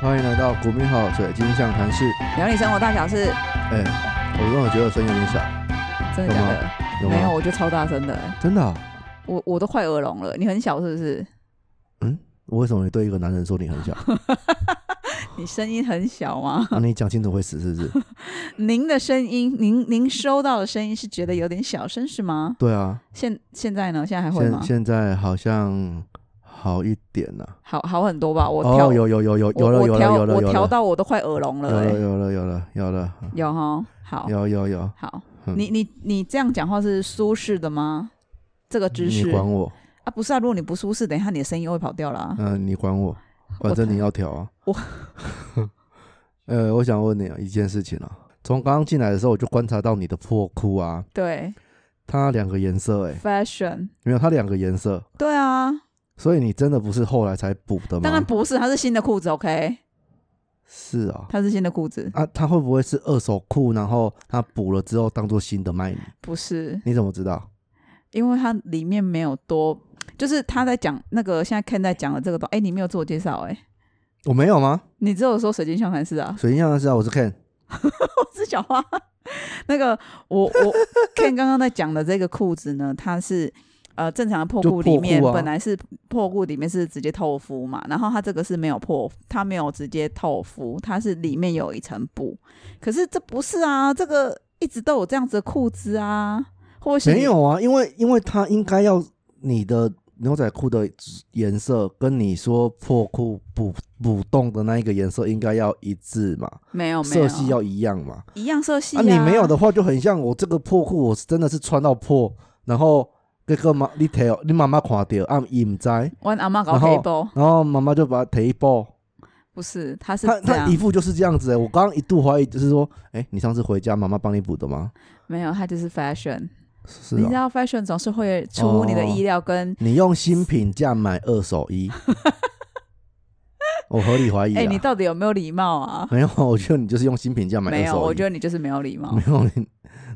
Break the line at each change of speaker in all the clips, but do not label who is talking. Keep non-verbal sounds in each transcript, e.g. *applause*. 欢迎来到股民好水晶象谈室。
聊你生活大小事，
哎、我跟我觉得声音有点小，
真的假的？
有吗？
没有，我觉得超大声的欸、
真的啊、
我我都快耳聋了。你很小是不是？
我为什么你对一个男人说你
*laughs*
很小？
你声音很小吗？ *laughs*
那、你讲清楚会死是不是？
您的声音，您您收到的声音是觉得有点小声是吗？
对啊，
现现在呢？现在还 *laughs* 会吗
现？现在好像好一点了、
好好很多吧？我调、
哦，有有有有有
我
了有了
我调
有了
我
有
调
了
到我都快耳聋
有
了、
了
欸。
有了有了有了
有哈，好
有有有，
好，
嗯
你你你这样讲话是舒适的吗？这个姿
你
势
管我，
啊，不是啊，如果你不舒适，等一下你的声音又会跑掉了、啊。
嗯、你管
*laughs*
我，反正你要调啊。
我
*laughs* 呃，我想问你一件事情啊，从刚刚进来的时候我就观察到你的破裤啊，
对
它两个颜色、哎，
，fashion，
没有，它两个颜色，
对啊，
所以你真的不是后来才补的吗？
当然不是，它是新的裤子，OK，
是啊。
它是新的裤子，
啊，他会不会是二手裤，然后他补了之后当做新的卖你？
不是，
你怎么知道？
因为它里面没有多，就是他在讲那个现在 Ken 在讲的这个东，哎、你没有自我介绍、哎，
我没有吗？
你只有说水晶象谈室啊，
水晶样的是啊，我是 Ken。
*laughs* 我是小花，那个我
*laughs*
我 Ken 刚刚在讲的这个裤子呢，它是。呃，正常的破
就
裤里面
破裤啊
本来是破裤，里面是直接透肤嘛，然后它这个是没有破，它没有直接透肤，它是里面有一层布。可是这不是啊，这个一直都有这样子的裤子啊，或许
没有啊，因为因为他应该要你的牛仔裤的颜色跟你说破裤补补洞的那一个颜色应该要一致嘛，
没有哦没
色
有
系要一样嘛。
一样色系
啊，你没有的话就很像我这个破裤，我是真的是穿到破，然后这个妈你睇你妈妈看到，啊伊唔知，然
我阿妈搞
然后
table
后妈妈就把它提包。
不是，他是
他
这
他
样
一副就是这样子、欸，我刚刚一度怀疑，就是说，哎、你上次回家妈妈帮你补的吗？
没有，他就是 fashion。
是
你知
啊、哦
道 fashion 总是会出乎你的意料跟，
你用新品价买二手
*laughs*
衣，我合理怀疑、啊。
哎、你到底有没有礼
*laughs*
貌啊？
没有，我觉得你就是用新品价买
没
二
有，
手
我
衣
觉。得你就是没有礼貌
没，有你，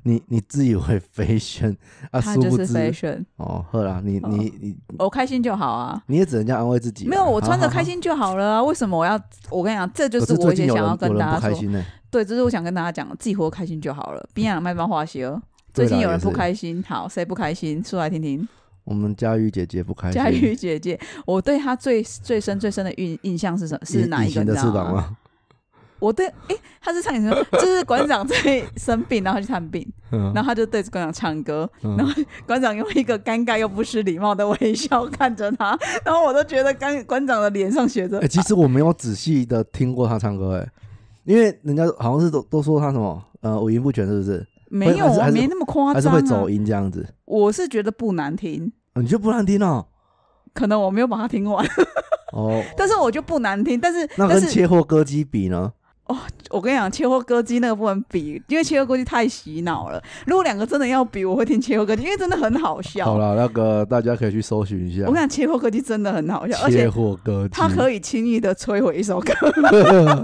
你你自以为 fashion *laughs* 啊，
他
殊
就
不
是
知
fashion。
哦，呵啦，你
哦
你你
我开心就好啊，
你也只能这样安慰自己啊、
没有，我穿着
好
开。心就好了啊。为什么我要？我跟你讲，这就
好
是
可
我
最
以
近有
前想
人
要
有
跟
人不
大家
开
说，
心呢、欸
对，这就是我想跟大家讲的，自己活得开心就好了。别人卖漫画鞋哦。
对
最
啦
近有人
也
不
是
开心，好，谁不开心？说来听听。
我们佳玉姐姐不开心。
佳玉姐姐，我对她最最深最深的印印象是什么？是
隐
哪
隐
一个？
形
你
的
知
翅
道
膀
吗？
吗？
我对，哎、她是唱什么？ *laughs* 就是馆长在生病，然后去探病，
嗯
然后他就对着馆长唱歌，
嗯
然后馆长用一个尴尬又不失礼貌的微笑看着
*laughs*
他，然后我都觉得刚馆长的脸上写着
哎、其实我没有仔细的听过他唱歌、哎，因为人家好像是都都说他什么呃五音不全，是不是？
没有
还是
啊，
还是
没那么夸
还是
张、
会走
啊。
音这样子？
我是觉得不难听，
啊你就不难听哦。
可能我没有把它听
*laughs*
完，
哦，
但是我就不难听，但是
那
但
跟
是
切货歌姬比呢？
我跟你讲，切货歌姬那个部分比，因为切货歌姬太洗脑了。如果两个真的要比，我会听切货歌姬，因为真的很好笑。
好了，那个大家可以去搜寻一下
我跟你讲，切货歌姬真的很好笑，而
切
且
货歌姬。
他可以轻易的摧毁一
*laughs*
首歌，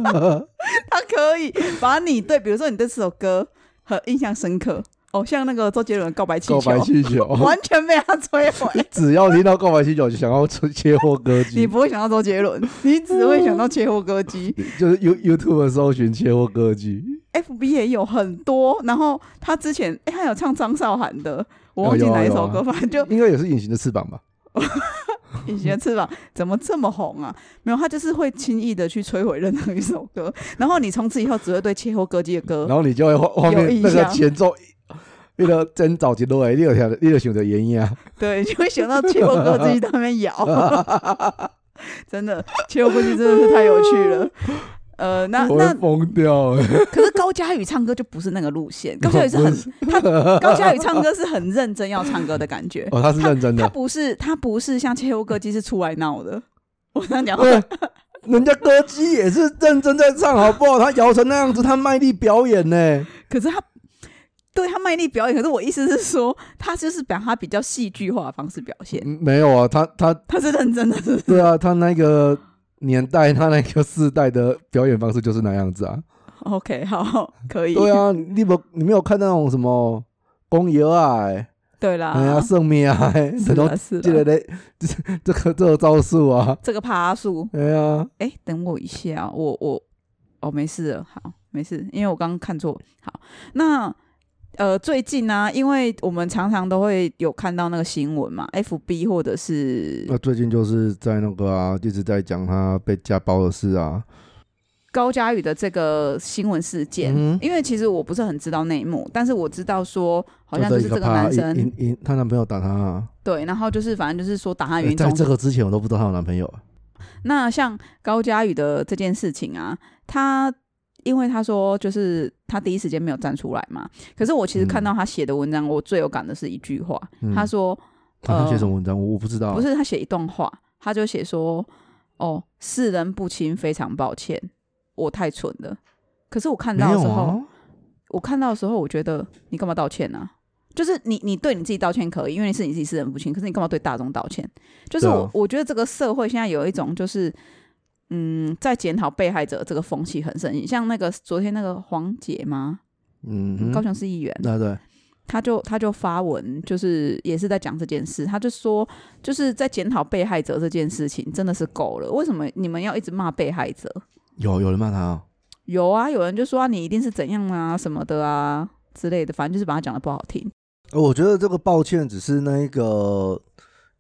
他可以把你对，比如说你对这首歌很印象深刻，哦，像那个周杰伦的《告白气球
告》白气
*laughs*
球，。
完全被他摧毁
*laughs* 只要听到告白气球，就想要出切货歌
你
姬。
不会想到周杰伦，你只会想到切货歌姬。
就是 You YouTube 搜寻切货歌姬，
FB 也有很多，然后他之前哎、他有唱张韶涵的，我忘记
有有
哪一
有
首
啊
歌，反正就
应该也是隐形的翅膀吧？
隐形的翅膀怎么这么红啊？没有，他就是会轻易的去摧毁任何一首歌，然后你从此以后只会对切后歌姬的
然
歌。
后你就会后后
呃有
面
印
那个
象
前奏，那个真早节落来，你有想，你有想着原因啊？ *laughs*
对，就会想到切后歌姬在那边摇， *laughs* 真的，切后歌姬真的是太有趣了。呃，那
我会
那
疯掉、 *laughs* 欸。
可是高佳宇唱歌就不是那个路线，高佳宇是很
不是
他高佳宇唱歌是很认真要唱歌的感觉，
哦，他是认真
他
的。
不是他不是像切后歌姬是出来闹的。我这
*laughs*
样讲话，
对，人家歌姬也是认真在唱，好不好？他摇成那样子，他卖力表演呢、
可是他对他卖力表演，可是我意思是说，他就是把他比较戏剧化的方式表现，
嗯没有啊，他他
他是认真的是不是
对啊，他那个年代，他那个世代的表演方式就是那样子啊。
OK，好，可以。
嗯对，啊，你没有你没有看那种什么公爷啊、欸
对啦，
哎呀，圣命啊，哎
是
这
啦
种
是
这个
啦，
嘞，这个这个招数啊，
这个爬树，
哎呀，
哎，等我一下，我我哦，没事了，好，没事，因为我刚刚看错。好，那呃，最近呢、因为我们常常都会有看到那个新闻嘛，FB 或者是
那最近就是在那个啊，一直在讲他被家暴的事啊，
高佳宇的这个新闻事件，
嗯
因为其实我不是很知道内幕，但是我知道说好像
就
就是
一
这个
怕
男
因
生
因因她男朋友打她啊，
对，然后就是反正就是说打他原
哎
因
在
中哦
这个之前我都不知道她有男朋友，
那像高佳宇的这件事情啊，他因为他说就是他第一时间没有站出来嘛，可是我其实看到他写的文章，我最有感的是一句话，
嗯哦
他说
她
呃
写什么文章我我不知道，
不是他写一段话，他就写说哦世人不清，非常抱歉，我太蠢了。可是我看
没
到的
有
时候，
啊，
我看到的时候，我觉得你干嘛道歉呢、啊？就是你，你对你自己道歉可以，因为你是你自己私人父亲。可是你干嘛对大众道歉？就是
对啊
我，我觉得这个社会现在有一种就是，嗯，在检讨被害者这个风气很盛行。像那个昨天那个黄姐吗？
嗯
高
哼，
雄市议员，
那对，
他就他就发文，就是也是在讲这件事，他就说，就是在检讨被害者这件事情真的是够了。为什么你们要一直骂被害者？
有有人骂她啊，
有啊，有人就说、啊、你一定是怎样啊什么的啊之类的，反正就是把他讲的不好听。
呃我觉得这个抱歉只是那一个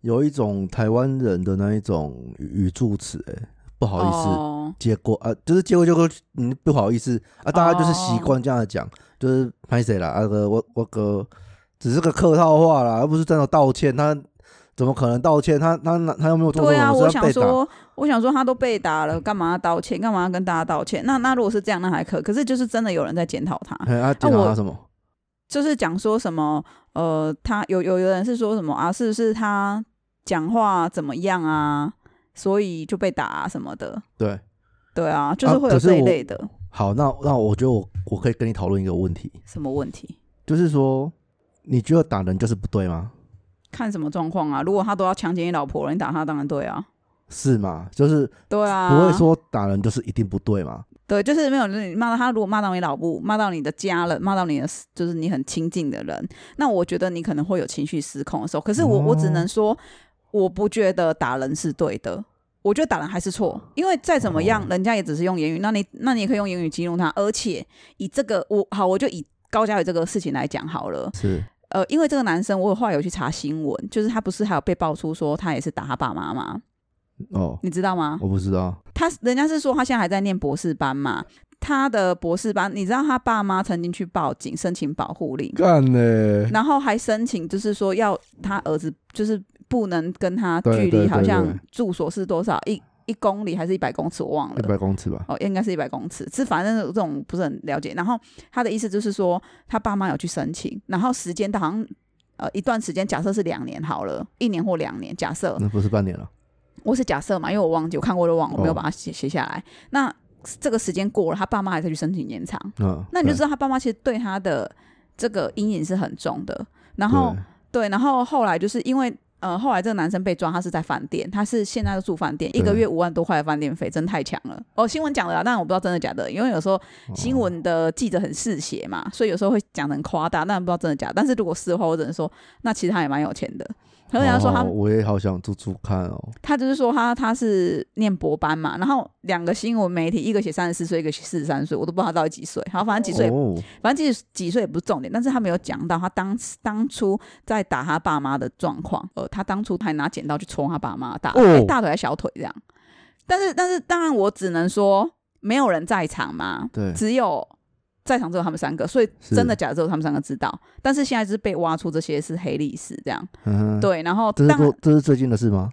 有一种台湾人的那一种语助词，哎，不好意思。
哦、
结果啊，就是结果就跟嗯不好意思啊，大家就是习
哦
惯这样的讲，就是拍谁啦，啊个我我个只是个客套话啦，而不是真的道歉。他怎么可能道歉？他他他又没有做错
对
什
啊，
么事，
我
他
想
被打。
说，我想说他都被打了，干嘛要道歉？干嘛要跟大家道歉？那那如果是这样，那还可。可是就是真的有人在检讨
*laughs*
他，
哎啊，检讨
我
他什么？
就是讲说什么呃，他有有有人是说什么啊，是不是他讲话怎么样啊，所以就被打、啊、什么的？
对，
对啊，就是
啊
会
可
有
是
这一
我
类的、
好，那那我觉得我我可以跟你讨论一个问题，
什么问题。
就是说，你觉得打人就是不对吗？
看什么状况啊？如果他都要强奸你老婆了，你打他当然对啊，
是吗？就是
对
不
啊，
会说打人就是一定不对嘛？
对，就是没有人你骂到他，如果骂到你老母，骂到你的家人，骂到你的就是你很亲近的人，那我觉得你可能会有情绪失控的时候。可是我、我只能说，我不觉得打人是对的，我觉得打人还是错，因为再怎么样，
哦
人家也只是用言语，那你那你也可以用言语激怒他，而且以这个我好，我就以高嘉宇这个事情来讲好了。
是
呃，因为这个男生，我有后来有去查新闻，就是他不是还有被爆出说他也是打他爸妈吗？
哦，
你知道吗？
我不知道。
他人家是说他现在还在念博士班嘛，他的博士班，你知道他爸妈曾经去报警申请保护令，
干嘞！
然后还申请就是说要他儿子就是不能跟他
对
距
对
离好
对
像
对
住所是多少一一公里还是一百公尺，我忘
一
了。
百公尺吧。
哦，应该是一百公尺，是反正这种不是很了解。然后他的意思就是说，他爸妈有去申请，然后时间到好像呃一段时间，假设是两年好了，一年或两年，假设
那不是半年了，
我是假设嘛，因为我忘记我看过就忘了，我没有
哦
把它写写下来。那这个时间过了，他爸妈还在去申请延长，
嗯，
那你就知
道。
道他爸妈其实对他的这个阴影是很重的。然
对
后对，然后后来就是因为呃，后来这个男生被抓，他是在饭店，他是现在就住饭店，一个
对
月五万多块的饭店费，真太强了。哦，新闻讲的啦，但我不知道真的假的，因为有时候新
哦
闻的记者很嗜血嘛，所以有时候会讲的很夸大，但不知道真的假的但是如果是的话，我只能说，那其实他也蛮有钱的。可能人家说他
哦我也好想住住看哦。
他就是说他他是念博班嘛，然后两个新闻媒体，一个写三十四岁，一个写四十三岁，我都不知道他到底几岁。好，反正几岁，
哦，
反正几几岁也不是重点，但是他没有讲到他当当初在打他爸妈的状况。呃，他当初还拿剪刀去戳他爸妈的大、
哦
哎大腿还小腿这样。但是但是当然，我只能说没有人在场嘛，
对，
只有在场只有他们三个，所以
是
真的假的只有他们三个知道。但是现在就是被挖出这些是黑历史这样。
嗯哼，
对，然后
这是
当
做这是最近的事吗？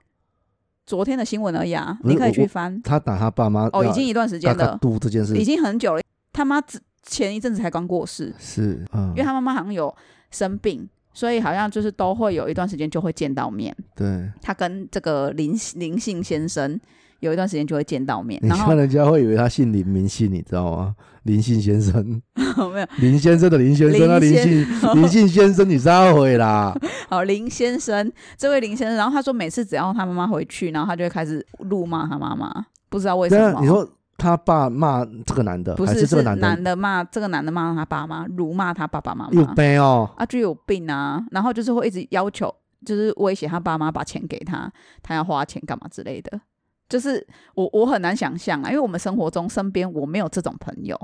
昨天的新闻而已啊，
不是
你可以
我
去
我
翻。
他打他爸妈
哦，
那
已经一段时
嘎
间
嘎
了，
嘟这件事
已经很久了。他妈之前一阵子才刚过世，
是，嗯
因为，他妈妈好像有生病，所以好像就是都会有一段时间就会见到面。
对，
他跟这个林林姓先生有一段时间就会见到面，
你
然
看
后
人家会以为他姓林，明姓，你知道吗？林姓先生，
*laughs* 没有
林先生的林先生，
林
那林
先
姓
*laughs*
林姓先生，你撒回啦？
好林先生这位林先生，然后他说每次只要他妈妈回去，然后他就会开始怒骂他妈妈，不知道为什
那
么。
你说他爸骂这个男的，
不
还
是
这个男的
男的骂这个男的骂他爸妈，辱骂他爸爸妈
有
妈
病哦？
啊，就有病啊，然后就是会一直要求，就是威胁他爸妈把钱给他，他要花钱干嘛之类的。就是我我很难想象啊，因为我们生活中身边我没有这种朋友，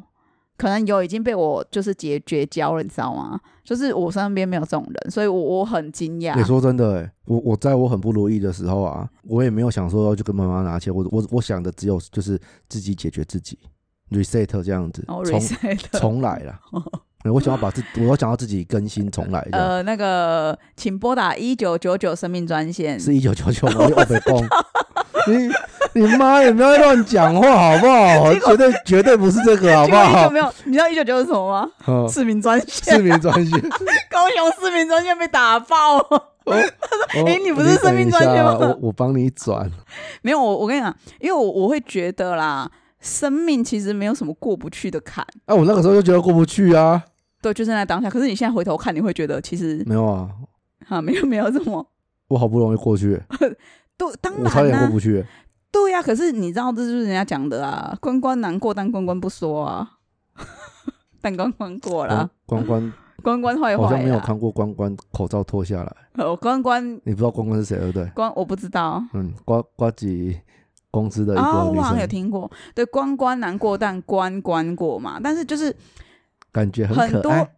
可能有已经被我就是绝绝交了，你知道吗？就是我身边没有这种人，所以我我很惊讶
你。说真的、欸，我我在我很不如意的时候啊，我也没有想说要去跟妈妈拿钱，我我我想的只有就是自己解决自己，reset 这样子，
哦
重
reset
重来啦。欸我想要把自，我要想要自己更新重来这样。
呃，那个，请拨打一九九九生命专线。
是一九九九吗？我被
*laughs*
攻。你你妈也不要乱讲话好不
*laughs*
好？绝对绝对不是这个好
结
不
果一九
好
没有，你知道一九九是什么吗？？
嗯
市民专
市
线，
民专
*laughs*
线。
高雄市民专线被打爆。
哦，
诶
哎
你不是生命专线吗
我我帮你转。
没有，我我跟你讲，因为我我会觉得啦，生命其实没有什么过不去的坎，
哎，我那个时候就觉得过不去啊，
对，就是那当下。可是你现在回头看，你会觉得其实
没有啊，
啊，没有没有这么。
我好不容易过去，
对，当
我差
然
点
啦、
过不去。
对呀、可是你知道，这就是人家讲的啊，关关难过，但关关不说啊， *laughs* 但关关过啦，
哦关
*laughs*
关
关关啊坏
好像
坏
没有
啦，
看过关关口罩脱下来，
哦，关关
你不知道关关是谁对不
*laughs*
对？
关，我不知道，
嗯，瓜瓜吉公司的一
哦
个，女
我好像有
生，
听过，对，关关难过，但关关过嘛。但是就是
感觉
很
可
多
爱。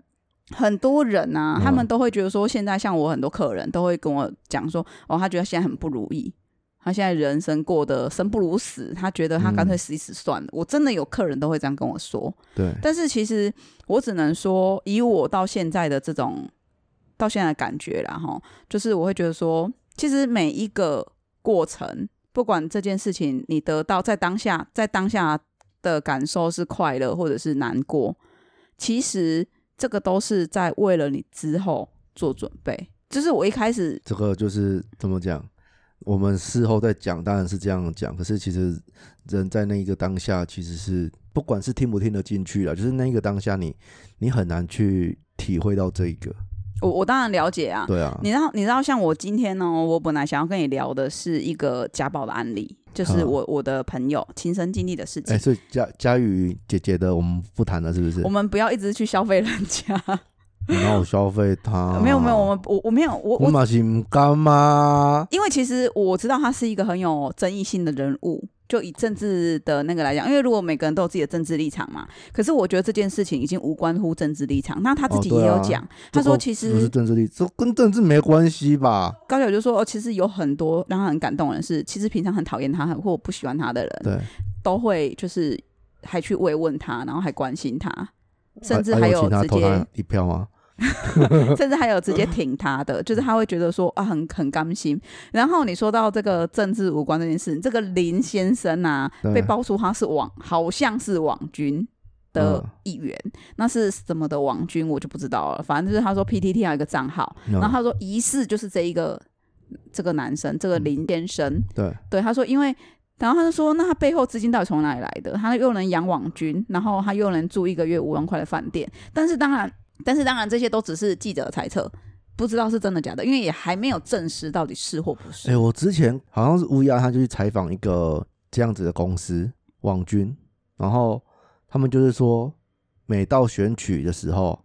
很多人啊，
嗯
他们都会觉得说，现在像我很多客人都会跟我讲说，哦，他觉得现在很不如意，他现在人生过得生不如死，他觉得他干脆
嗯
死一死算了。我真的有客人都会这样跟我说，
对，
但是其实我只能说，以我到现在的这种到现在的感觉啦，哈，就是我会觉得说，其实每一个过程，不管这件事情你得到在当下，在当下的感受是快乐或者是难过，其实这个都是在为了你之后做准备。就是我一开始
这个就是怎么讲？我们事后再讲，当然是这样讲。可是其实人在那一个当下，其实是不管是听不听得进去了，就是那一个当下你，你很难去体会到这一个。
我我当然了解啊，
对啊，
你知道，你知道，像我今天呢，我本来想要跟你聊的是一个家暴的案例，就是
嗯
我我的朋友亲身经历的事
哎、
情。
所以佳佳宇姐姐的我们不谈了，是不是
我？们不要一直去消费人
*laughs*
家，
你让我消费她？
没有没有，我们我我没有我
我
我，
马是唔啊干嘛？
因为其实我知道他是一个很有争议性的人物，就以政治的那个来讲，因为如果每个人都有自己的政治立场嘛，可是我觉得这件事情已经无关乎政治立场。那他自己
哦对
也
啊
有讲，他
这
说
个
其
不是
实
政治力，这跟政治没关系吧？
高晓就说，哦，其实有很多让他很感动的人是，其实平常很讨厌他或不喜欢他的人，
对，
都会就是还去慰问他，然后还关心他，甚至
还
还
啊有
有
请他
直
投
*laughs* 接
他一票吗？
甚至还有直接挺他
*laughs*
的，就是他会觉得说啊很很甘心。然后你说到这个政治无关这件事，这个林先生啊
对
被爆出他是网，好像是网军。的
嗯
一员，那是什么的网军我就不知道了。反正就是他说 PTT 还有一个账号，
然
然后他说疑似就是这一个这个男生，
嗯
这个林先生，
对，
对，他说因为，然后他就说，那他背后资金到底从哪里来的？他又能养网军，然后他又能住一个月五万块的饭店，但是当然，但是当然这些都只是记者的猜测，不知道是真的假的，因为也还没有证实到底是或不
哎、
是。
我之前好像是乌鸦，他就去采访一个这样子的公司网军，然后他们就是说，每到选举的时候，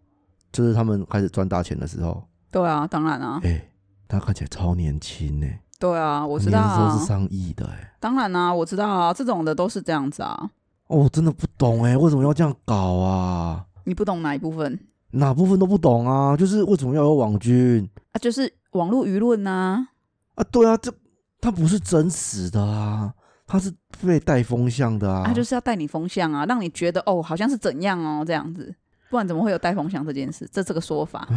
就是他们开始赚大钱的时候，
对啊，当然啊，
哎、他看起来超年轻呢、
对啊，我
我
知道
那时
啊
候是，上亿的哎、
当然啊，我知道啊，这种的都是这样子啊，
哦，我真的不懂哎、为什么要这样搞啊？
你不懂哪一部分
哪部分都不懂啊，就是为什么要有网军
啊？就是网络舆论呐、
啊？对啊，这他不是真实的啊，他是被带风向的
啊，
啊，
啊，就是要带你风向啊，让你觉得哦，好像是怎样哦这样子，不然怎么会有带风向这件事？这这个说
*laughs*
法，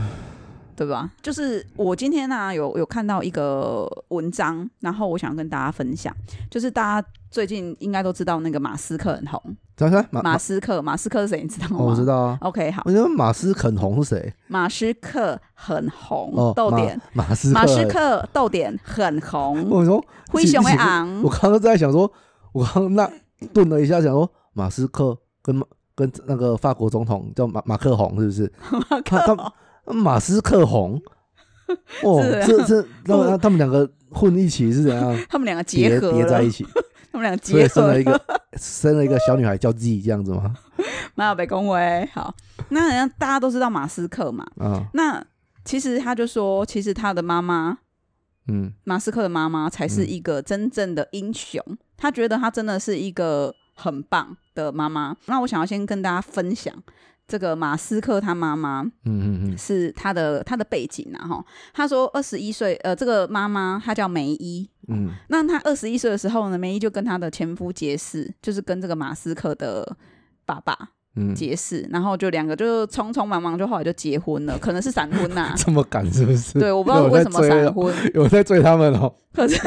对吧？就是我今天呢、啊有有看到一个文章，然后我想跟大家分享，就是大家最近应该都知道那个马斯克很红，
张三马
马斯克，马斯克是谁？你知道吗？
啊哦，我知
道。
道啊。
OK，好，
我觉得马斯肯红是谁？
马斯克很红，
哦，
逗
马
点，
马斯
嗯马斯
欸。
克逗点很
*laughs*
红，
我说
灰熊会
你你
昂
我。刚刚在想说，我刚刚那顿了一下，想说马斯克跟马跟那个法国总统叫马马克宏是不是？马克马斯克宏，哦
是啊，
这这那他们两个混一起是怎样
他们两个结
叠
合
叠
了
在一，起？
们俩
所
结
以生
合
了一个生了一个小女孩叫 Z 这样子吗？
没有被恭维。好，那好像大家都知道马斯克嘛，
啊，
那其实他就说，其实他的妈妈
嗯
马斯克的妈妈才是一个真正的英雄，他觉得他真的是一个很棒的妈妈。那我想要先跟大家分享。这个马斯克他妈妈
嗯嗯
是他的他的背景啊，哈，他说二十一岁，呃，这个妈妈她叫梅伊，
嗯嗯，
那她二十一岁的时候呢，梅姨就跟她的前夫结识，就是跟这个马斯克的爸爸
嗯，
结识，然后就两个就匆匆忙忙就后来就结婚了，可能是闪婚呐、
*laughs* 这么赶是不是？
对，我不知道
有
为
人
什
在追
么闪
哦，
婚，
*laughs* 有人在追他们哦。
可是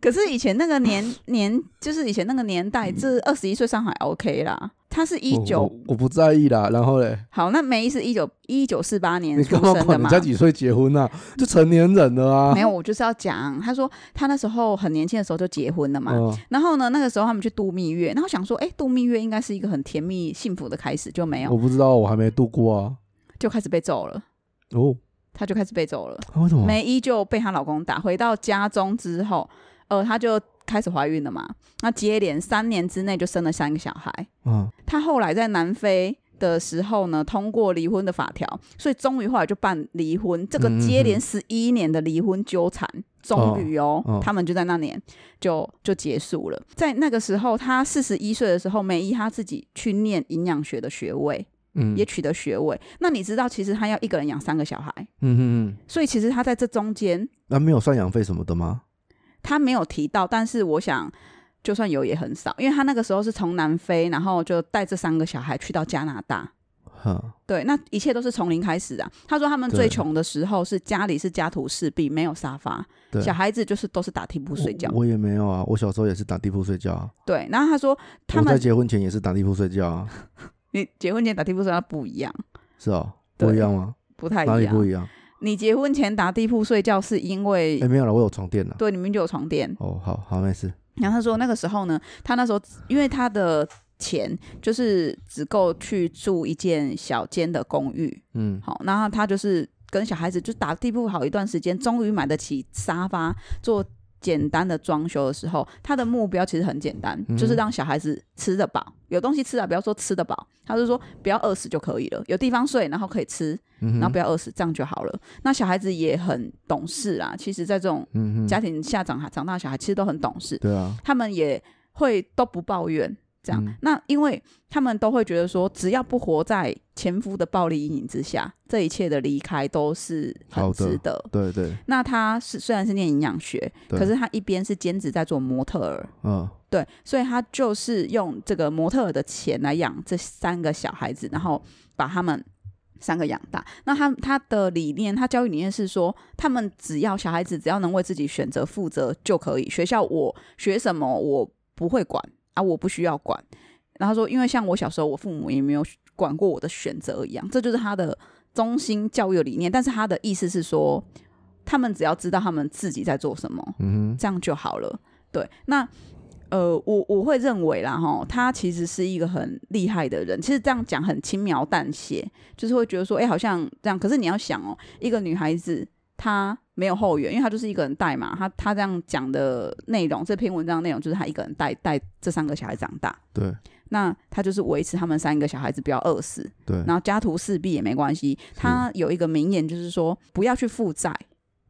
可是以前那个年年，就是以前那个年代，这
嗯
二十一岁上海 OK 啦。她是 *laughs* 一
我
九
我我不在意啦。然后嘞，
好，那梅姨是一九一九四八年
你
出
干嘛
生的
管人
嘛？
家几岁结婚啊？就成年人了啊。
没有，我就是要讲，她说她那时候很年轻的时候就结婚了嘛，
嗯
然后呢，那个时候他们去度蜜月，然后想说，哎，度蜜月应该是一个很甜蜜幸福的开始，就没有，
我不知道，我还没度过啊。
就开始被揍了，
哦，
她就开始被揍了。
啊为什么？
梅姨就被她老公打，回到家中之后，呃，她就开始怀孕了嘛，那接连三年之内就生了三个小孩。
嗯
她后来在南非。的时候呢，通过离婚的法条，所以终于后来就办离婚。这个
嗯嗯
接连
嗯
十一年的离婚纠缠，终于哦，
哦
他们就在那年就就结束了。在那个时候，她四十一岁的时候，梅姨她自己去念营养学的学位，
嗯
也取得学位。那你知道，其实她要一个人养三个小孩，
嗯嗯嗯，
所以其实她在这中间，
那没有赡养费什么的吗？
她没有提到，但是我想。就算有也很少，因为她那个时候是从南非，然后就带这三个小孩去到加拿大，
哈，
对，那一切都是从零开始啊。他说他们
对
最穷的时候是家里是家徒四壁，没有沙发，
对，
小孩子就是都是打地铺睡觉
我。。我也没有啊，我小时候也是打地铺睡觉啊。
对，然后他说他
我在
们
结婚前也是打地铺睡觉啊，
你结婚前打地铺睡觉不一样，
是哦，
对
不一样吗？
不太
哪
一
里
样
不。一样？
你结婚前打地铺睡觉是因为、
哎，没有了，我有床垫了。
对你们就有床垫。
哦，好好，没事。
然后他说那个时候呢，他那时候因为他的钱就是只够去住一间小间的公寓，
嗯
好，然后他就是跟小孩子就打地铺好一段时间，终于买得起沙发做简单的装修的时候，他的目标其实很简单，就是
嗯
让小孩子吃得饱，有东西吃啊，不要说吃得饱，他就说不要饿死就可以了，有地方睡，然后可以吃，
嗯哼，
然后不要饿死，这样就好了。那小孩子也很懂事啊，其实，在这种
嗯哼，
家庭下长长大的小孩，其实都很懂事，
对啊，
他们也会都不抱怨。这样，
嗯
那因为他们都会觉得说，只要不活在前夫的暴力阴影之下，这一切的离开都是很
好的
值得。
对对，
那他是虽然是念营养学，
对
可是他一边是兼职在做模特儿，
嗯
对，所以他就是用这个模特儿的钱来养这三个小孩子，然后把他们三个养大。那他他的理念，他教育理念是说，他们只要小孩子只要能为自己选择负责就可以。学校我学什么我不会管啊，我不需要管。然后他说，因为像我小时候，我父母也没有管过我的选择一样，这就是他的中心教育的理念。但是他的意思是说，他们只要知道他们自己在做什么，
嗯
这样就好了。对，那呃，我我会认为啦，哈，他其实是一个很厉害的人。其实这样讲很轻描淡写，就是会觉得说，哎、好像这样。可是你要想哦，一个女孩子她没有后援，因为她就是一个人带嘛。她她这样讲的内容，这篇文章的内容就是她一个人带带这三个小孩长大。
哼，对
那她就是维持他们三个小孩子不要饿死，
对，
然后家徒四壁也没关系。她
嗯
有一个名言，就是说不要去负债，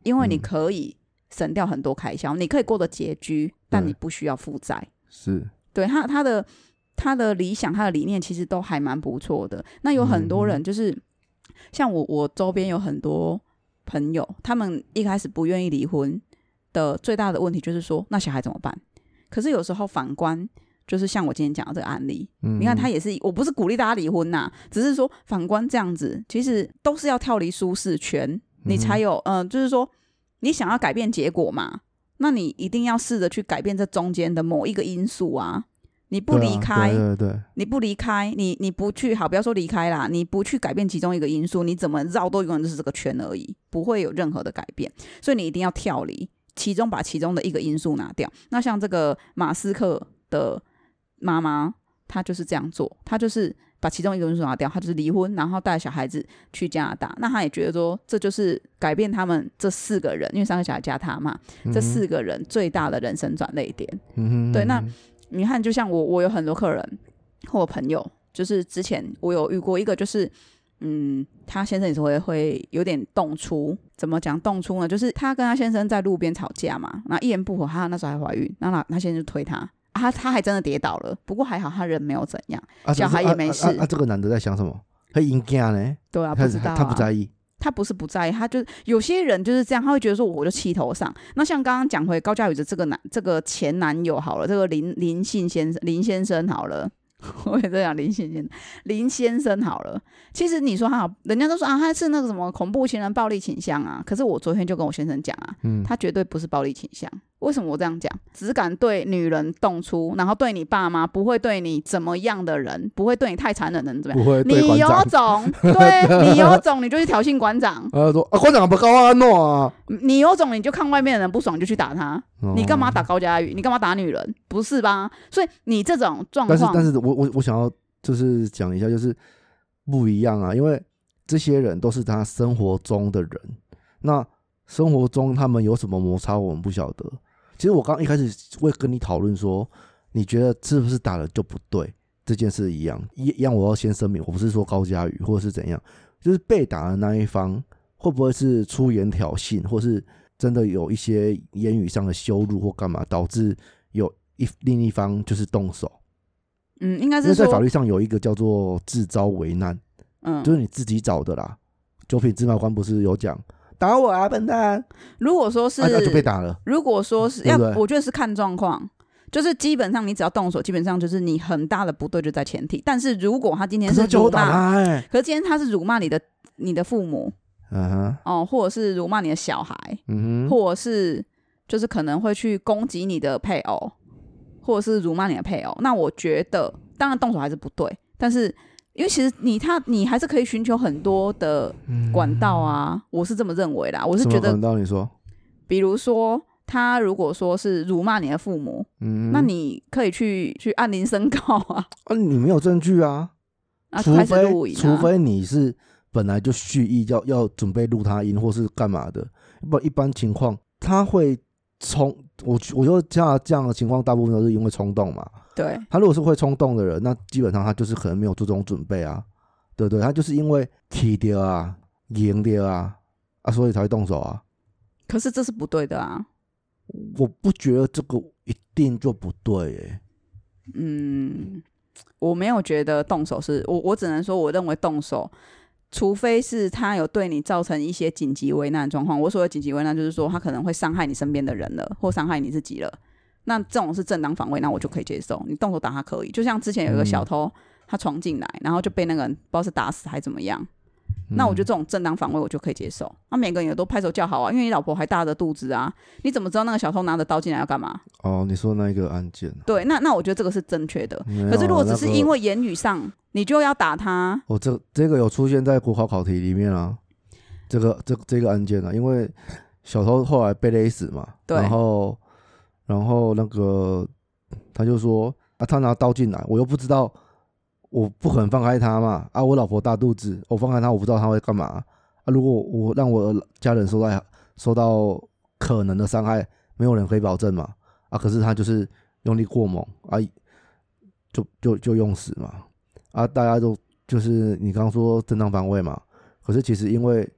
因为你
嗯
可以省掉很多开销，你可以过得拮据，但
对
你不需要负债。
是，
对他他的他的理想，他的理念其实都还蛮不错的。那有很
嗯
多人就是、像我，我周边有很多朋友，他们一开始不愿意离婚的最大的问题就是说，那小孩怎么办？可是有时候反观，就是像我今天讲的这个案例，
嗯，
你看他也是，我不是鼓励大家离婚呐、只是说反观这样子，其实都是要跳离舒适圈，你才有，嗯、就是说你想要改变结果嘛，那你一定要试着去改变这中间的某一个因素啊。你不
对啊
离开，
对对对，
你不离开，你你不去，好，不要说离开啦，你不去改变其中一个因素，你怎么绕都永远就是这个圈而已，不会有任何的改变。所以你一定要跳离其中，把其中的一个因素拿掉。那像这个马斯克的妈妈，她就是这样做，她就是把其中一个因素拿掉，她就是离婚，然后带小孩子去加拿大。那她也觉得说，这就是改变他们这四个人，因为三个小孩加她嘛，这
嗯哼
四个人最大的人生转捩点。
嗯哼
对那
嗯哼
你看，就像我，我有很多客人或我朋友，就是之前我有遇过一个，就是嗯，他先生也是会会有点动粗，怎么讲动粗呢？就是他跟他先生在路边吵架嘛，然后一言不合，他那时候还怀孕，然后他他先生就推他。啊他他还真的跌倒了，不过还好他人没有怎样。
啊，
小孩也没
那、
事
啊啊这个男的在想什么？他应该呢？
对啊，
他
不知道、啊、
他不在意，
他不是不在意，他就是有些人就是这样，他会觉得说我就气头上。那像刚刚讲回高佳宇的这个男这个前男友好了，这个林林信先生林先生好了。 *laughs* 我也在讲林先生，林先生好了。其实你说他好，人家都说啊，他是那个什么恐怖情人、暴力倾向啊。可是我昨天就跟我先生讲啊，
嗯，
他绝对不是暴力倾向。为什么我这样讲？只敢对女人动粗，然后对你爸妈不会对你怎么样的人，不会对你太残忍的人怎么样？
不会哎对
你
馆
有
长。
种，
*laughs*
对你有种，你就去挑衅馆长；
呃，说啊，馆长不高啊，诺啊，
你有种，你就看外面的人不爽就去打他。
哦
你干嘛？打高佳宇？你干嘛打女人？不是吧？所以你这种状
但是但
况，
是我我我想要就是讲一下，就是不一样啊，因为这些人都是他生活中的人，那生活中他们有什么摩擦，我们不晓得。其实我刚一开始会跟你讨论说，你觉得是不是打了就不对这件事一样，一一样我要先声明，我不是说高佳宇或者是怎样，就是被打的那一方会不会是出言挑衅，或是真的有一些言语上的羞辱或干嘛，导致有一另一方就是动手。
嗯，应该
因
是
为在法
说，
律上有一个叫做自招为难，
嗯
就，是你自己找的啦。九品芝麻官不是有讲打我啊，笨蛋，
如果说是
那、啊、就被打了。
如果说是
对
要
不对，
我觉得是看状况，就是基本上你只要动手，基本上就是你很大的不对就在前提。但是如果他今天
可是
是
他叫我
辱
打
骂，
他、欸，
可是今天他是辱骂你的你的父母
嗯哼，
哦，或者是辱骂你的小孩，
嗯哼，
或者是就是可能会去攻击你的配偶，或者是辱骂你的配偶。那我觉得，当然动手还是不对，但是因为其实你他你还是可以寻求很多的管道啊，我是这么认为啦。我是
嗯什
觉
么
得
管，道？你说，
比如说他如果说是辱骂你的父母，
嗯哼，
那你可以去去按铃申告啊，
啊，你没有证据啊，
然后
除
开始录
非
影、啊，
除非你是本来就蓄意要要准备录他音或是干嘛的，不一般情况他会冲。我我就像这样的情况，大部分都是因为冲动嘛。
对
他如果是会冲动的人，那基本上他就是可能没有做这种准备啊，对不对？他就是因为踢掉啊、赢掉啊啊，所以才会动手啊。
可是这是不对的啊。
我不觉得这个一定就不对耶。
嗯，我没有觉得动手是我，我只能说我认为动手，除非是他有对你造成一些紧急危难的状况。我所谓紧急危难，就是说他可能会伤害你身边的人了，或伤害你自己了。那这种是正当防卫，那我就可以接受。你动手打他可以，就像之前有一个小偷，他闯进来，然后就被那个人不知道是打死还怎么样。那我觉
就
得这种正当防卫我就可以接受。那每个人也都拍手叫好啊，因为你老婆还大着肚子啊，你怎么知道那个小偷拿着刀进来要干嘛？
哦，你说那个案件，
对，那那我觉得这个是正确的。
没有啊
可是如果只是因
那个
为言语上，你就要打他，
哦，这这个有出现在国考考题里面啊，这个这这个案件啊，因为小偷后来被勒死嘛，
对
然后然后那个他就说啊，他拿刀进来，我又不知道，我不可能放开他嘛，啊，我老婆大肚子，我放开他，我不知道他会干嘛啊，如果我让我家人受到受到可能的伤害，没有人可以保证嘛，啊，可是他就是用力过猛啊，就就就用死嘛，啊，大家都就是你刚刚说正当防卫嘛，可是其实因为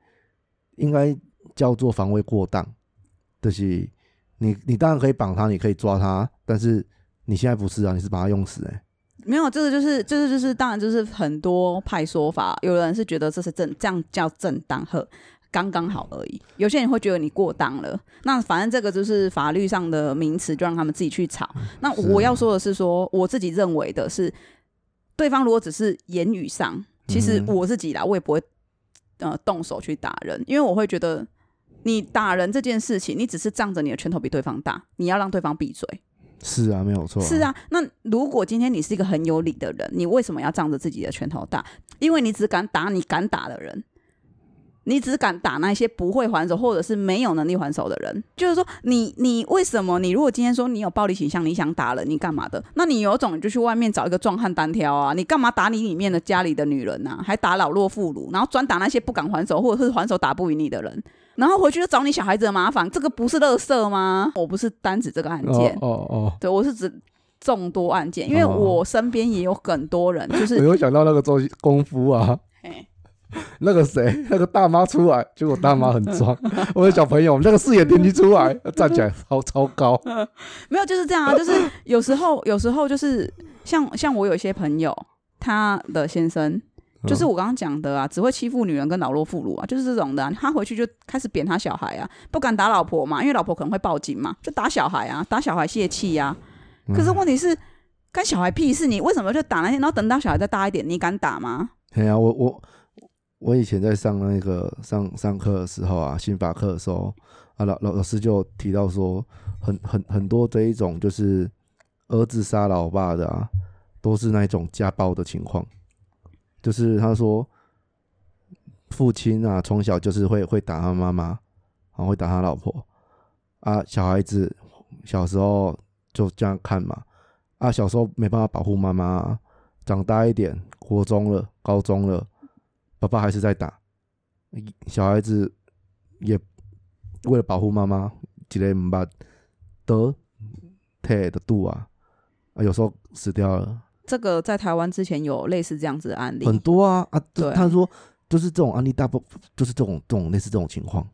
应该叫做防卫过当，就是你你当然可以绑他，你可以抓他，但是你现在不是啊，你是把他用死哎、
没有，这个就是，这个就是，当然就是很多派说法，有人是觉得这是正，这样叫正当和刚刚好而已。有些人会觉得你过当了，那反正这个就是法律上的名词，就让他们自己去吵。那
嗯是
我要说的是说我自己认为的是，对方如果只是言语上，其实
嗯哼
我自己啦，我也不会呃动手去打人，因为我会觉得你打人这件事情，你只是仗着你的拳头比对方大，你要让对方闭嘴。
是啊，没有错、
是，啊，那如果今天你是一个很有理的人，你为什么要仗着自己的拳头打？因为你只敢打你敢打的人，你只敢打那些不会还手或者是没有能力还手的人。就是说你，你为什么你如果今天说你有暴力倾向，你想打人，你干嘛的？那你有种你就去外面找一个壮汉单挑啊！你干嘛打你里面的家里的女人啊？还打老弱妇孺，然后专打那些不敢还手或者是还手打不赢你的人。然后回去就找你小孩子的麻烦，这个不是乐色吗？我不是单指这个案件，
哦哦，
对，我是指众多案件，因为
哦
我身边也有很多人，就是
我又想到那个周功夫啊，
嘿
那个谁，那个大妈出来，结果大妈很壮，我的小朋友那个四眼田鸡出来，站起来超超高，
没有就是这样啊，就是有时候有时候就是像像我有一些朋友，他的先生
嗯
就是我刚刚讲的啊，只会欺负女人跟老弱妇孺啊，就是这种的、啊。他回去就开始扁他小孩啊，不敢打老婆嘛，因为老婆可能会报警嘛，就打小孩啊，打小孩泄气啊。
嗯
可是问题是，干小孩屁事你，为什么就打那些？然后等到小孩再大一点，你敢打吗？
哎呀、我我我以前在上那个上上课的时候啊，心法课的时候啊，老老老师就提到说，很很很多这一种就是儿子杀老爸的啊，都是那一种家暴的情况，就是他说父亲啊，从小就是会会打他妈妈，然后会打他老婆啊，小孩子小时候就这样看嘛，啊，小时候没办法保护妈妈啊、长大一点，国中了，高中了，爸爸还是在打，小孩子也为了保护妈妈，一个唔把得退的度啊，啊，有时候死掉了，
这个在台湾之前有类似这样子的案例，
很多啊啊，就
对
他说就是这种案例，大部就是这种这种类似这种情况、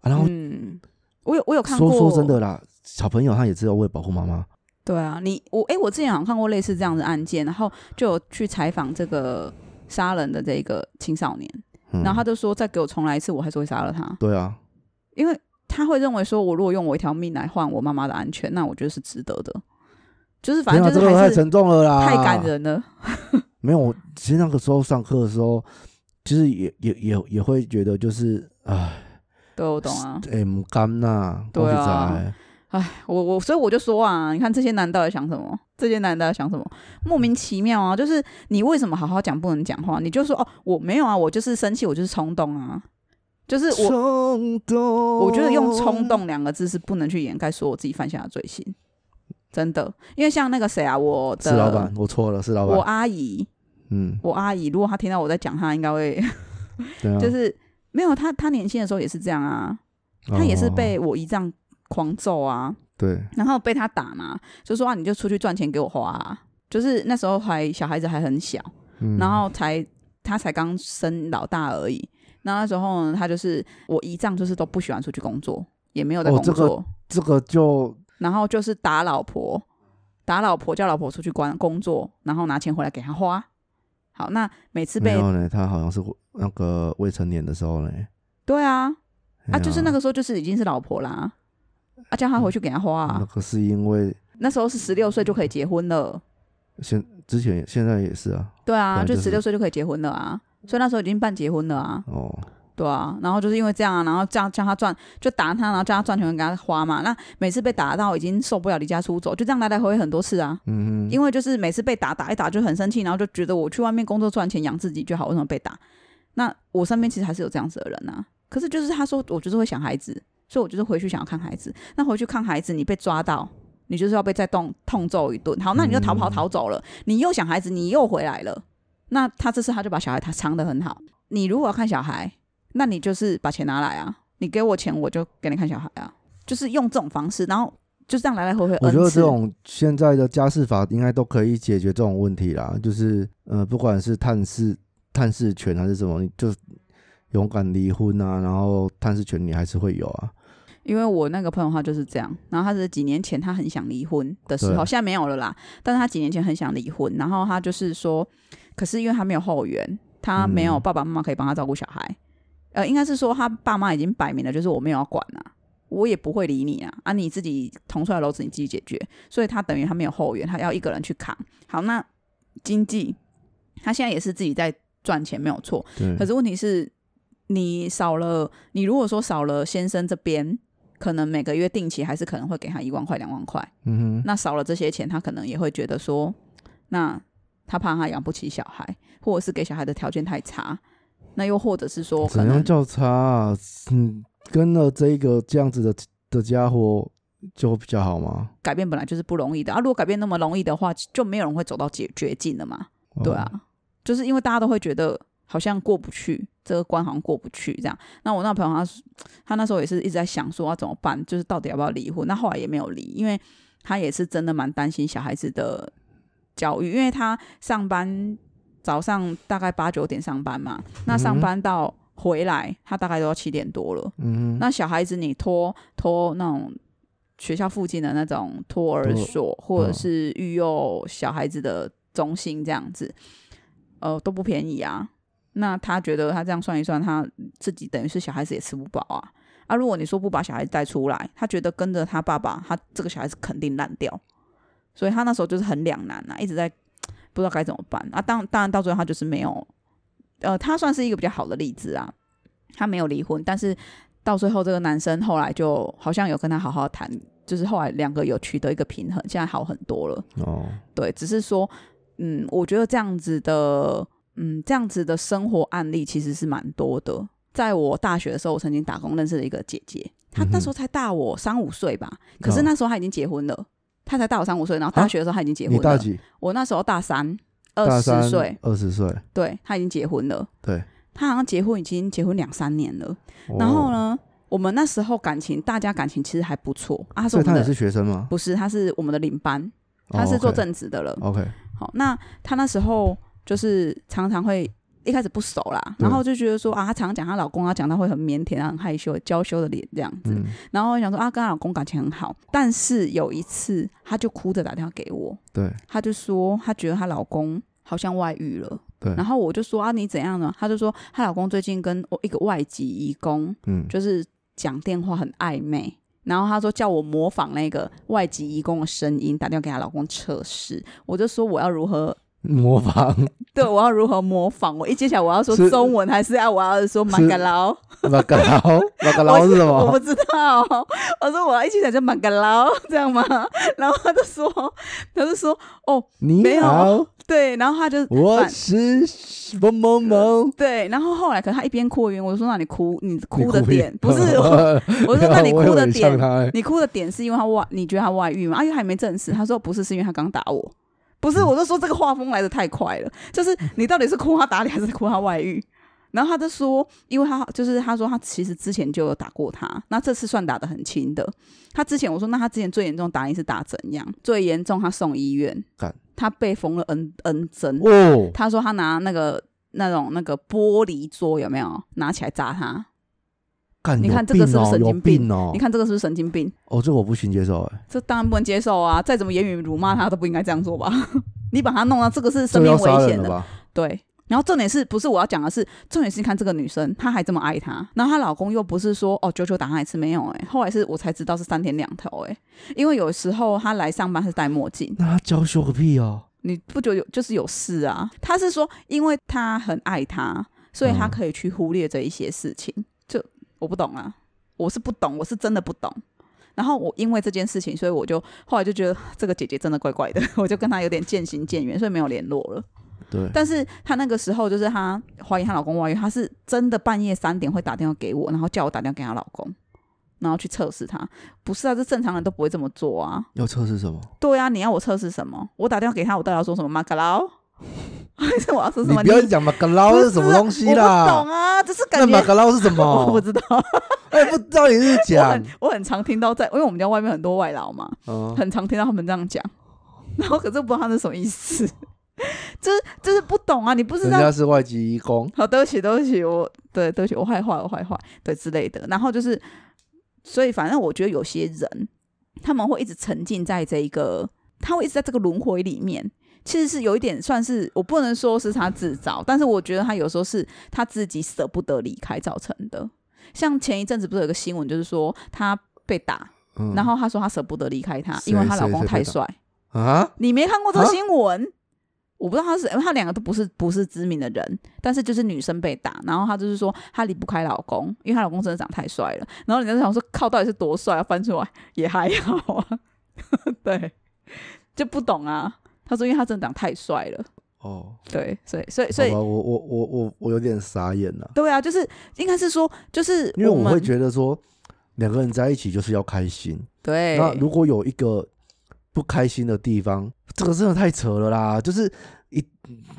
啊，然后
嗯，我有我有看
说
过，
说真的啦，小朋友他也知道为了保护妈妈，
对啊，你我哎、我之前好像看过类似这样的案件，然后就有去采访这个杀人的这个青少年，
嗯、
然后他就说再给我重来一次，我还是会杀了他，
对啊，
因为他会认为说我如果用我一条命来换我妈妈的安全，那我觉得是值得的，就是反
没有啊
正就
这
是
个啊
还
太
是
沉重了啦，
太感人了，
没有，我其实那个时候上课的时候，其实也也也也会觉得就是，唉，
对我懂啊，
哎，母干呐，
对
我
啊
是在，
我我所以我就说啊，你看这些男的到底想什么？这些男的到底想什么？莫名其妙啊！就是你为什么好好讲不能讲话？你就说哦，我没有啊，我就是生气，我就是冲动啊，就是我
冲动，
我觉得用“冲，动”两个字是不能去掩盖所有自己犯下的罪行，真的。因为像那个谁啊，我
是
的
老板，我错了，是老
我啊
板，
阿姨，
嗯，
我阿姨，如果她听到我在讲，她应该会
对啊，
*laughs* 就是没有她，她年轻的时候也是这样啊，她也是被我姨丈狂揍啊，
哦对，
然后被她打嘛，就说啊，你就出去赚钱给我花、啊，就是那时候还小孩子还很小。
嗯
然后才他才刚生老大而已。那那时候呢，他就是我姨丈，就是都不喜欢出去工作，也没有在
哦
工
这
作，
个这个就
然后就是打老婆，打老婆叫老婆出去关工作，然后拿钱回来给他花。好，那每次
没
被
有呢，他好像是那个未成年的时候呢，
对啊
哎
啊，
呀
就是那个时候就是已经是老婆啦，啊叫他回去给他花、
那
啊，
个是因为
那时候是十六岁就可以结婚了，
现之前也现在也是啊，
对啊，
对
就
就是
十六岁就可以结婚了啊，所以那时候已经办结婚了啊，
哦，
对啊，然后就是因为这样啊，然后这样叫他赚，就打他，然后叫他赚钱给他花嘛。那每次被打到已经受不了，离家出走，就这样来来回回很多次啊。
嗯哼，
因为就是每次被打打一打就很生气，然后就觉得我去外面工作赚钱养自己就好，为什么被打？那我身边其实还是有这样子的人啊。可是就是他说我就是会想孩子，所以我就是回去想要看孩子。那回去看孩子，你被抓到，你就是要被再痛痛揍一顿。好，那你就逃跑
嗯
逃走了，你又想孩子，你又回来了。那他这次他就把小孩他藏得很好。你如果要看小孩，那你就是把钱拿来啊，你给我钱我就给你看小孩啊，就是用这种方式，然后就这样来来回回 N 次。
我觉得这种现在的家事法应该都可以解决这种问题啦，就是呃，不管是探视探视权还是什么，你就勇敢离婚啊，然后探视权你还是会有啊。
因为我那个朋友他就是这样，然后他是几年前他很想离婚的时候，
对
现在没有了啦。但是他几年前很想离婚，然后他就是说，可是因为他没有后援，他没有
嗯
爸爸妈妈可以帮他照顾小孩，呃，应该是说他爸妈已经摆明了，就是我没有要管啊，我也不会理你啊，啊，你自己捅出来的篓子你自己解决，所以他等于他没有后援，他要一个人去扛。好，那经济他现在也是自己在赚钱，没有错，
对
可，是问题是，你少了，你如果说少了先生这边，可能每个月定期还是可能会给他一万块、两万块。
嗯哼，
那少了这些钱，他可能也会觉得说，那他怕他养不起小孩，或者是给小孩的条件太差。那又或者是说，可
怎样
能
叫差、啊？嗯，跟了这一个这样子的的家伙就比较好吗？
改变本来就是不容易的啊。如果改变那么容易的话，就没有人会走到绝绝境了嘛。
哦
对，啊，就是因为大家都会觉得好像过不去这个关，好像过不去这样。那我那朋友他是他那时候也是一直在想说要怎么办，就是到底要不要离婚。那后来也没有离，因为他也是真的蛮担心小孩子的教育，因为他上班早上大概八九点上班嘛，那上班到回来他大概都要七点多了。
嗯哼，
那小孩子你托托那种学校附近的那种托儿所，或者是育幼小孩子的中心这样子，呃，都不便宜啊。那他觉得他这样算一算，他自己等于是小孩子也吃不饱啊。啊，如果你说不把小孩子带出来，他觉得跟着他爸爸，他这个小孩子肯定烂掉。所以他那时候就是很两难啊，一直在不知道该怎么办啊。当当然到最后他就是没有，呃，他算是一个比较好的例子啊。他没有离婚，但是到最后，这个男生后来就好像有跟他好好谈，就是后来两个有取得一个平衡，现在好很多了。
哦，
对，只是说，嗯，我觉得这样子的，嗯，这样子的生活案例其实是蛮多的。在我大学的时候，我曾经打工认识了一个姐姐，她
嗯哼
那时候才大我三五岁吧，可是
哦啊
那时候她已经结婚了，她才大我三五岁，然后大学的时候她已经结婚
你
了。
大几？
我那时候大三，
大
二
三
十岁，，
二十岁，
对，她已经结婚了。
对。
她好像结婚已经结婚两三年了。然后
哦？
呢，我们那时候感情，大家感情其实还不错啊。他是
所
我
以
们
他
的
也是学生吗？
不是，他是我们的领班，
哦
他是做
OK
正职的了。
OK，
好，那他那时候就是常常会一开始不熟啦，
对
然后就觉得说啊，她常常讲她老公，她讲到会很腼腆、很害羞、娇羞的脸这样子。
嗯，
然后我想说啊，跟她老公感情很好，但是有一次她就哭着打电话给我，
对，
她就说她觉得她老公好像外遇了。
对
然后我就说啊，你怎样呢？她就说她老公最近跟我一个外籍移工
嗯，
就是讲电话很暧昧。然后她说叫我模仿那个外籍移工的声音，打电话给她老公测试。我就说我要如何， *laughs*
模仿
对我要如何模仿。我一接下来我要说
是
中文，还是要我要说马嘎劳？
马嘎
*laughs*
劳，马嘎劳是什
我
么
不？知道。 *laughs* 我说我要一接起来就马嘎劳 *laughs* 这样吗？然后她就说，她就说哦没
你
有 *laughs*
好，
对，然后她就
我
反
是某某某。
对，然后后来可是她一边哭一边我说那你哭你
你
哭的
屁
点
*laughs*
不是 *laughs* 我，我说那你
我以
哭
为
的
你
点
呛他欸
*laughs* 你哭的点是因为他外，你觉得他外遇吗？啊，因为还没证实。他说不是，是因为他刚打我。不
嗯
是，我就说这个画风来的太快了，就是你到底是哭他打你，还是哭他外遇？然后他就说，因为他就是他说他其实之前就有打过他，那这次算打的很轻的。他之前我说，那他之前最严重打你是打怎样？最严重他送医院
干，
他被缝了 N N 针。
哦，
他说他拿那个那种那个玻璃桌有没有拿起来砸他？
干
你看
有
这个是不是
哦
神
有
经病
病哦
你？看这个是不是神经病？
哦，这我不行接受哎，
这当然不能接受啊！再怎么言语辱骂他都不应该这样做吧？ *laughs* 你把他弄到这个是
这
生
个
命
要
危
杀
险
人了
的，
吧？
对。然后重点是不是我要讲的是，重点是你看这个女生，她还这么爱他，然后她老公又不是说哦久久打她一次没有哎、欸后来是我才知道是三天两头哎、欸因为有时候她来上班是戴墨镜，
那他娇羞个屁哦！
你不觉得有就是有事啊？她是说因为她很爱他，所以她
嗯
可以去忽略这一些事情，就我不懂啊，我是不懂，我是真的不懂。然后我因为这件事情，所以我就后来就觉得这个姐姐真的怪怪的， *laughs* 我就跟她有点渐行渐远，所以没有联络了。
对，
但是她那个时候就是她怀疑她老公外遇，她是真的半夜三点会打电话给我，然后叫我打电话给她老公，然后去测试他。不是啊，这正常人都不会这么做啊。
要测试什么？
对啊，你要我测试什么？我打电话给他，我到底要说什么？马卡劳， *laughs* 还是我要说什
你
么？
不要讲马嘎劳
不
是什么
啊
东西
我不
啦
懂？啊，只是
那
感
马
觉。
嘎劳是什
*laughs* 我不
么？
知道，
哎，不知道你是
我
讲
很，我很常听到在，因为我们家外面很多外
*laughs*
劳嘛，
嗯，
很常听到他们这样讲，然后可是不知道他是什么意思， *laughs* 就是就是不懂啊，你不知
人
道
家是外籍移工，
好，对不起，对不起，我对，对不起，我坏话，我坏话，对之类的。然后就是，所以反正我觉得有些人他们会一直沉浸在这一个，他会一直在这个轮回里面。其实是有一点算是我不能说是他自找，但是我觉得他有时候是他自己舍不得离开造成的。像前一阵子不是有个新闻，就是说他被打，
嗯
然后他说他舍不得离开他，
谁
因为她老
谁
公
谁
太
被打
帅。
啊，
你没看过这个
啊
新闻？我不知道他是，因为他两个都不是不是知名的人，但是就是女生被打，然后她就是说她离不开老公，因为她老公真的长太帅了。然后人家就想说靠，到底是多帅啊？翻出来也还好啊， *laughs* 对，就不懂啊。他说因为他真的长太帅了，
哦，
对，所以所以所以
好吧我我我我我有点傻眼了，
对啊，就是应该是说就是
因为我
们
会觉得说两个人在一起就是要开心，
对，
那如果有一个不开心的地方，这个真的太扯了啦！就是一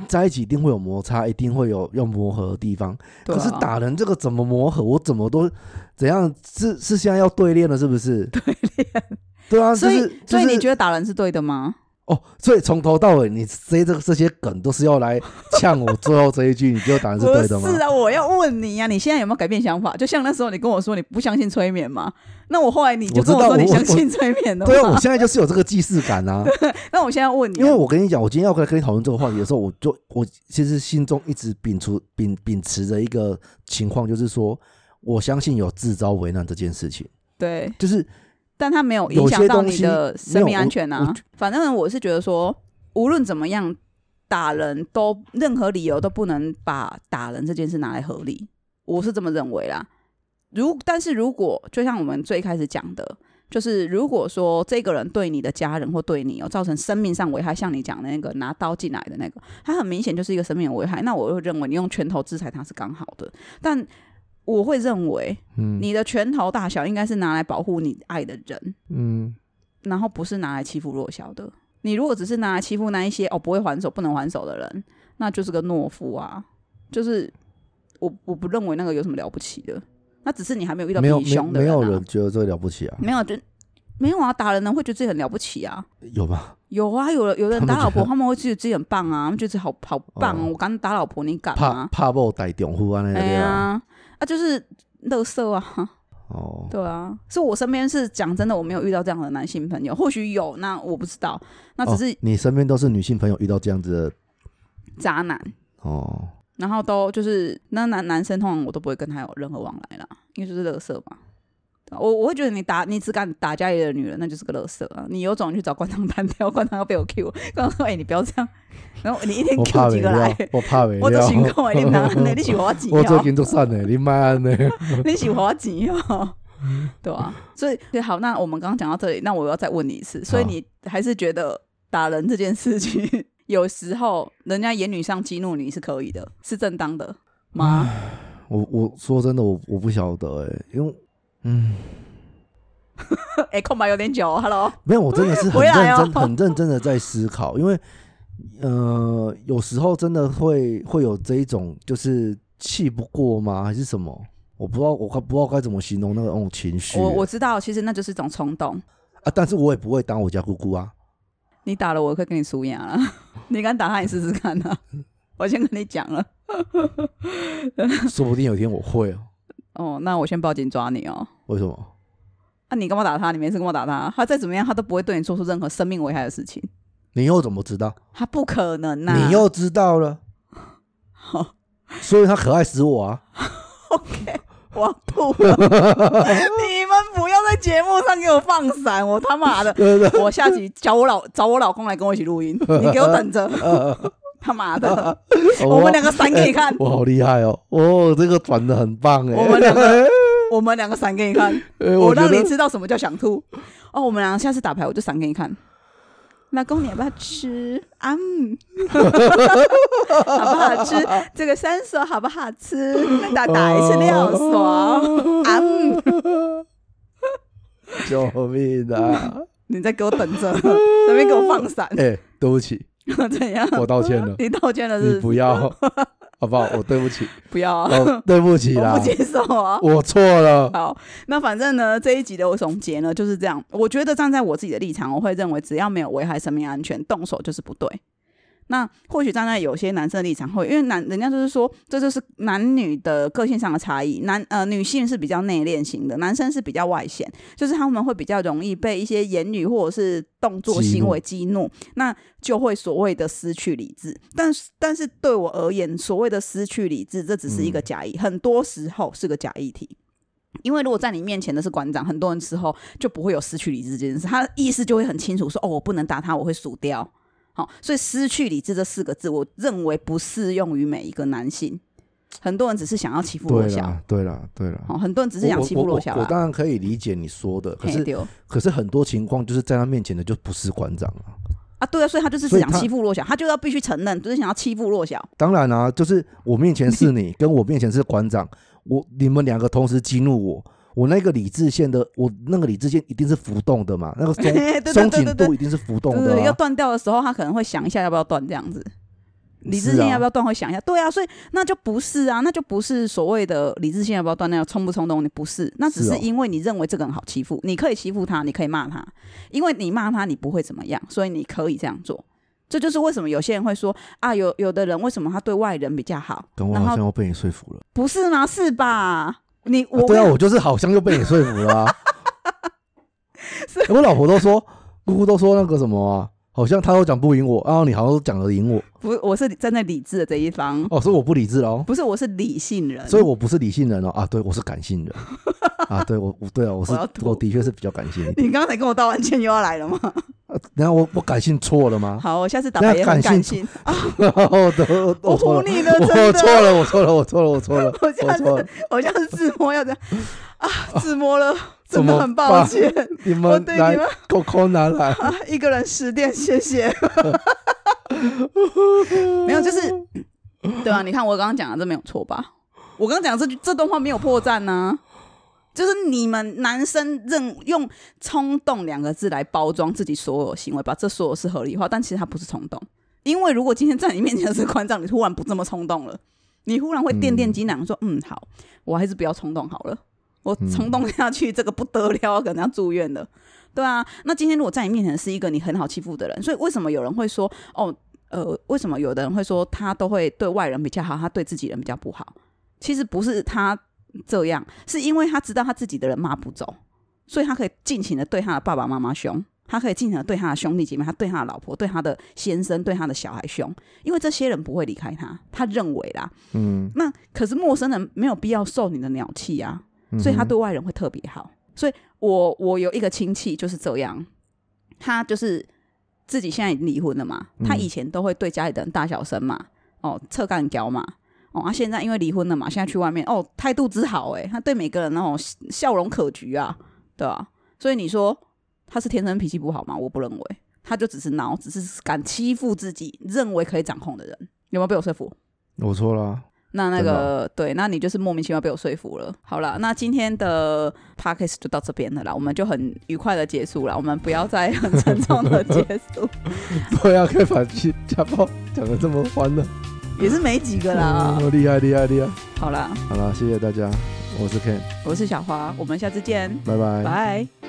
在一起一定会有摩擦，一定会有要磨合的地方。
对啊
可是打人这个怎么磨合？我怎么都怎样？是是现在要对练了，是不是？对练。对啊，
所以、
就是
所以你
就是
觉得打人是对的吗？
哦，所以从头到尾你这这这些梗都是要来呛我最后这一句，你就答案是对的吗
不？是啊，我要问你呀、你现在有没有改变想法？就像那时候你跟我说你不相信催眠嘛，那我后来你就
我知
跟
道
说你
我
相信催眠的
对啊，
嘛
我。现在就是有这个既视感啊，
那我现在问你
因
啊、
为我跟你讲，我今天要跟跟你讨论这个话题的时候，我就我其实心中一直秉持秉秉持着一个情况，就是说我相信有自招为难这件事情，
对，
就是
但它没有影
有
响
些
到
东
你
西
的
没
生
有
命安
我
全
我
啊。反正我是觉得说，无论怎么样，打人都任何理由都不能把打人这件事拿来合理，我是这么认为啦。如但是如果就像我们最开始讲的，就是如果说这个人对你的家人或对你有哦造成生命上危害，像你讲的那个拿刀进来的那个，他很明显就是一个生命的危害，那我会认为你用拳头制裁他是刚好的，但我会认为
嗯
你的拳头大小应该是拿来保护你爱的人，
嗯，
然后不是拿来欺负弱小的。你如果只是拿来欺负那一些哦不会还手、不能还手的人，那就是个懦夫啊！就是我我不认为那个有什么了不起的，那只是你还没有遇到
没
比
有
你
没有
凶的
没有
啊嗯
人觉得这了不起啊，
没有就没有啊，打人人会觉得自己很了不起啊。
有吗？
有啊，有人有人
他们
打
觉
老婆，
得
他们会觉得自己很棒啊，他们觉得自己好好棒、啊。
哦
我刚打老婆，你敢
怕
吗？
怕爆逮囧呼啊那个
啊哎
对啊，
呀，啊就是乐色啊。
哦，
对啊，所以我身边是讲真的，我没有遇到这样的男性朋友，或许有，那我不知道，那只
哦
是、
你身边都是女性朋友遇到这样子的
渣男，
哦，
然后都就是那男男生通常我都不会跟他有任何往来啦，因为就是垃圾嘛。对啊我我会觉得你打你只敢打家里的女人，那就是个垃圾啊！你有种你去找关长单 *laughs* 挑，关长要被我 Q，关长说：“哎、你不要这样。” *laughs* 然后哎你一天
我怕
Q
没
几个
了
来，，
我怕没了，
*laughs* 我都心痛哎！你哪
*laughs*
呢？你喜欢我几哦
我最
条？
近都散了，你妈安呢？
你喜欢我几条？
嗯
对啊，所以对好，那我们刚刚讲到这里，那我要再问你一次，所以
好
你还是觉得打人这件事情， *laughs* 有时候人家言语上激怒你是可以的，是正当的吗？
*laughs* 我我说真的，我我不晓得哎、因为嗯，
*laughs* 哎、空白有点久、哦、，Hello，
没有，我真的
*laughs*
是很
回
认
来哦
真、很认真的在思考，因为呃，有时候真的会会有这一种，就是气不过吗？还是什么？我不知道，我该不知道该怎么形容那个那种情绪、
我我知道，其实那就是一种冲动。
啊，但是我也不会当我家姑姑啊。
你打了我，我会跟你输赢了， *laughs* 你敢打他，你试试看
*laughs*
啊！我先跟你讲了，
说不定有一天我会哦。
哦，那我先报警抓你哦。
为什么？
那、你干嘛打他？你没事干嘛打他？他再怎么样，他都不会对你做出任何生命危害的事情。你
你又怎么知道？
他不可能啊呐、
你又知道了，
好
所以他可爱死我
*laughs*
啊！
OK，我要吐了！你们不要在节目上给我放闪，我他妈的！
对对对，
我下集找我老找我老公来跟我一起录音，你给我等着！他妈的，
啊
我们两个闪给你看，
哦我好厉害哦！哦，这个转的很棒哎、
我们两个，我们两个闪给你看，
呃
我
我觉
让你
得
知道什么叫想吐。哦，我们两个下次打牌我就闪给你看。老公，你要不要吃？啊嗯，好不好吃？这个三锁好不好吃？那打打一次六锁，
*laughs*
啊嗯。
救命
*laughs*
啊！
你再给我等着， *laughs* 那边给我放闪， *laughs*
哎、对不起，
怎样？，
我道歉了
*laughs* 你道歉了
你
是不
不要，好不好？我对不
*laughs*
起，
是不要啊，
哦，对不起
我
啦
不，接受啊。
我错了。
好，那反正呢，这一集的总结呢就是这样。我觉得站在我自己的立场，我会认为只要没有危害生命安全，动手就是不对。那或许站在有些男生的立场会，因为男人家就是说，这就是男女的个性上的差异。男呃，女性是比较内敛型的，男生是比较外显，就是他们会比较容易被一些言语或者是动作
激怒
行为激怒，那就会所谓的失去理智。但是但是对我而言，所谓的失去理智，这只是一个假议，很多时候是个假议题。因为如果在你面前的是馆长，很多人之后就不会有失去理智这件事，他的意识就会很清楚说，哦，我不能打他，我会输掉。好、所以失去理智这四个字，我认为不适用于每一个男性。很多人只是想要欺负弱
对
小，
啦，对啦，对啦。
好、很多人只
我
是想欺负
我
弱
我
小
我
啦。
当然可以理解你说的，可
嘿
是
对哦
可是很多情况就是在他面前的就不是馆长啊。
啊，对啊，所以他就是只
所以
想
他
欺负弱小，他就要必须承认，就是想要欺负弱小。
当然啊，就是我面前是
*laughs*
你，跟我面前是馆长，我你们两个同时激怒我，我那个理智线的，我那个理智线一定是浮动的嘛，那个
*laughs* 对对对
松松
对
紧
对
度一定是浮动
对
的、
对，要
啊。
断掉的时候，他可能会想一下要不要断这样子。理智
是
性
啊
要不要断会想一下，对啊，所以那就不是啊，那就不是所谓的理智性要不要断，那要冲不冲动，你不是，那只
是
是
哦
因为你认为这个人好欺负，你可以欺负他，你可以骂他，因为你骂他你不会怎么样，所以你可以这样做。这就是为什么有些人会说啊，有有的人为什么他对外人比较好，
刚我
然
好
后
像又被你说服了。
不是吗？是吧？你我、
啊对啊，我就是好像又被你说服了、
*laughs*
啊哎
是
我老婆都说，姑姑都说那个什么啊，好像她都讲不赢我，然后你好像都讲得赢我，
不，我是站在理智的这一方，
哦，所以我不理智哦，
不是，我是理性人，
所以我不是理性人哦，啊，对，我是感性人啊，对我我对啊，我是
*laughs* 我要吐
我的确是比较感性一点。
你刚才跟我道完歉又要来了吗？
啊然后我我感性错了吗？ *laughs*
好，我下次打牌也很感性。
我的
我
我错了，
唬你的，真
我
的，
错了，我错了，我错了，我错了，
我这
我
*laughs* 样
错了
子，，我这样子自摸要这样啊，自摸了，
怎
真
么
的很抱
办
歉，
你
我
们
对你
来
们
扣扣拿来，
啊一个人十点，谢谢。 *laughs* 没有，就是对啊，你看我刚刚讲的这没有错吧？我刚刚讲这句这段话没有破绽呢、就是你们男生认用“冲动”两个字来包装自己所有行为，把这所有事合理化，但其实它不是冲动。因为如果今天在你面前的是馆长，你突然不这么冲动了，你忽然会垫垫脊囊说：“嗯好，我还是不要冲动好了，我冲动下去、这个不得了，可能要住院了。”对啊，那今天如果在你面前是一个你很好欺负的人，所以为什么有人会说哦，呃，为什么有的人会说他都会对外人比较好，他对自己人比较不好？其实不是他这样，是因为他知道他自己的人骂不走，所以他可以尽情的对他的爸爸妈妈凶，他可以尽情的对他的兄弟姐妹，他对他的老婆，对他的先生，对他的小孩凶，因为这些人不会离开他，他认为啦。
嗯，
那可是陌生人没有必要受你的鸟气啊，
嗯
所以他
哼
对外人会特别好。所以我我有一个亲戚就是这样，他就是自己现在已经离婚了嘛，
嗯
他以前都会对家里的人大小声嘛，哦，侧干屌嘛。哦，啊，现在因为离婚了嘛，现在去外面哦，态度之好哎，他对每个人那种笑容可掬啊，对啊，所以你说他是天生脾气不好吗？我不认为，他就只是孬，只是敢欺负自己认为可以掌控的人，有没有被我说服？
我错了啊，
那那
真的
个对，那你就是莫名其妙被我说服了。好了，那今天的 podcast 就到这边了啦，我们就很愉快的结束了，我们不要再很沉重的结束， *laughs*
*laughs* 对啊，可以把家家暴讲的这么欢乐，
也是没几个啦。
哦厉害厉害厉害！
好啦，
好了，谢谢大家，我是 Ken，
我是小花，我们下次见，
拜拜。
拜。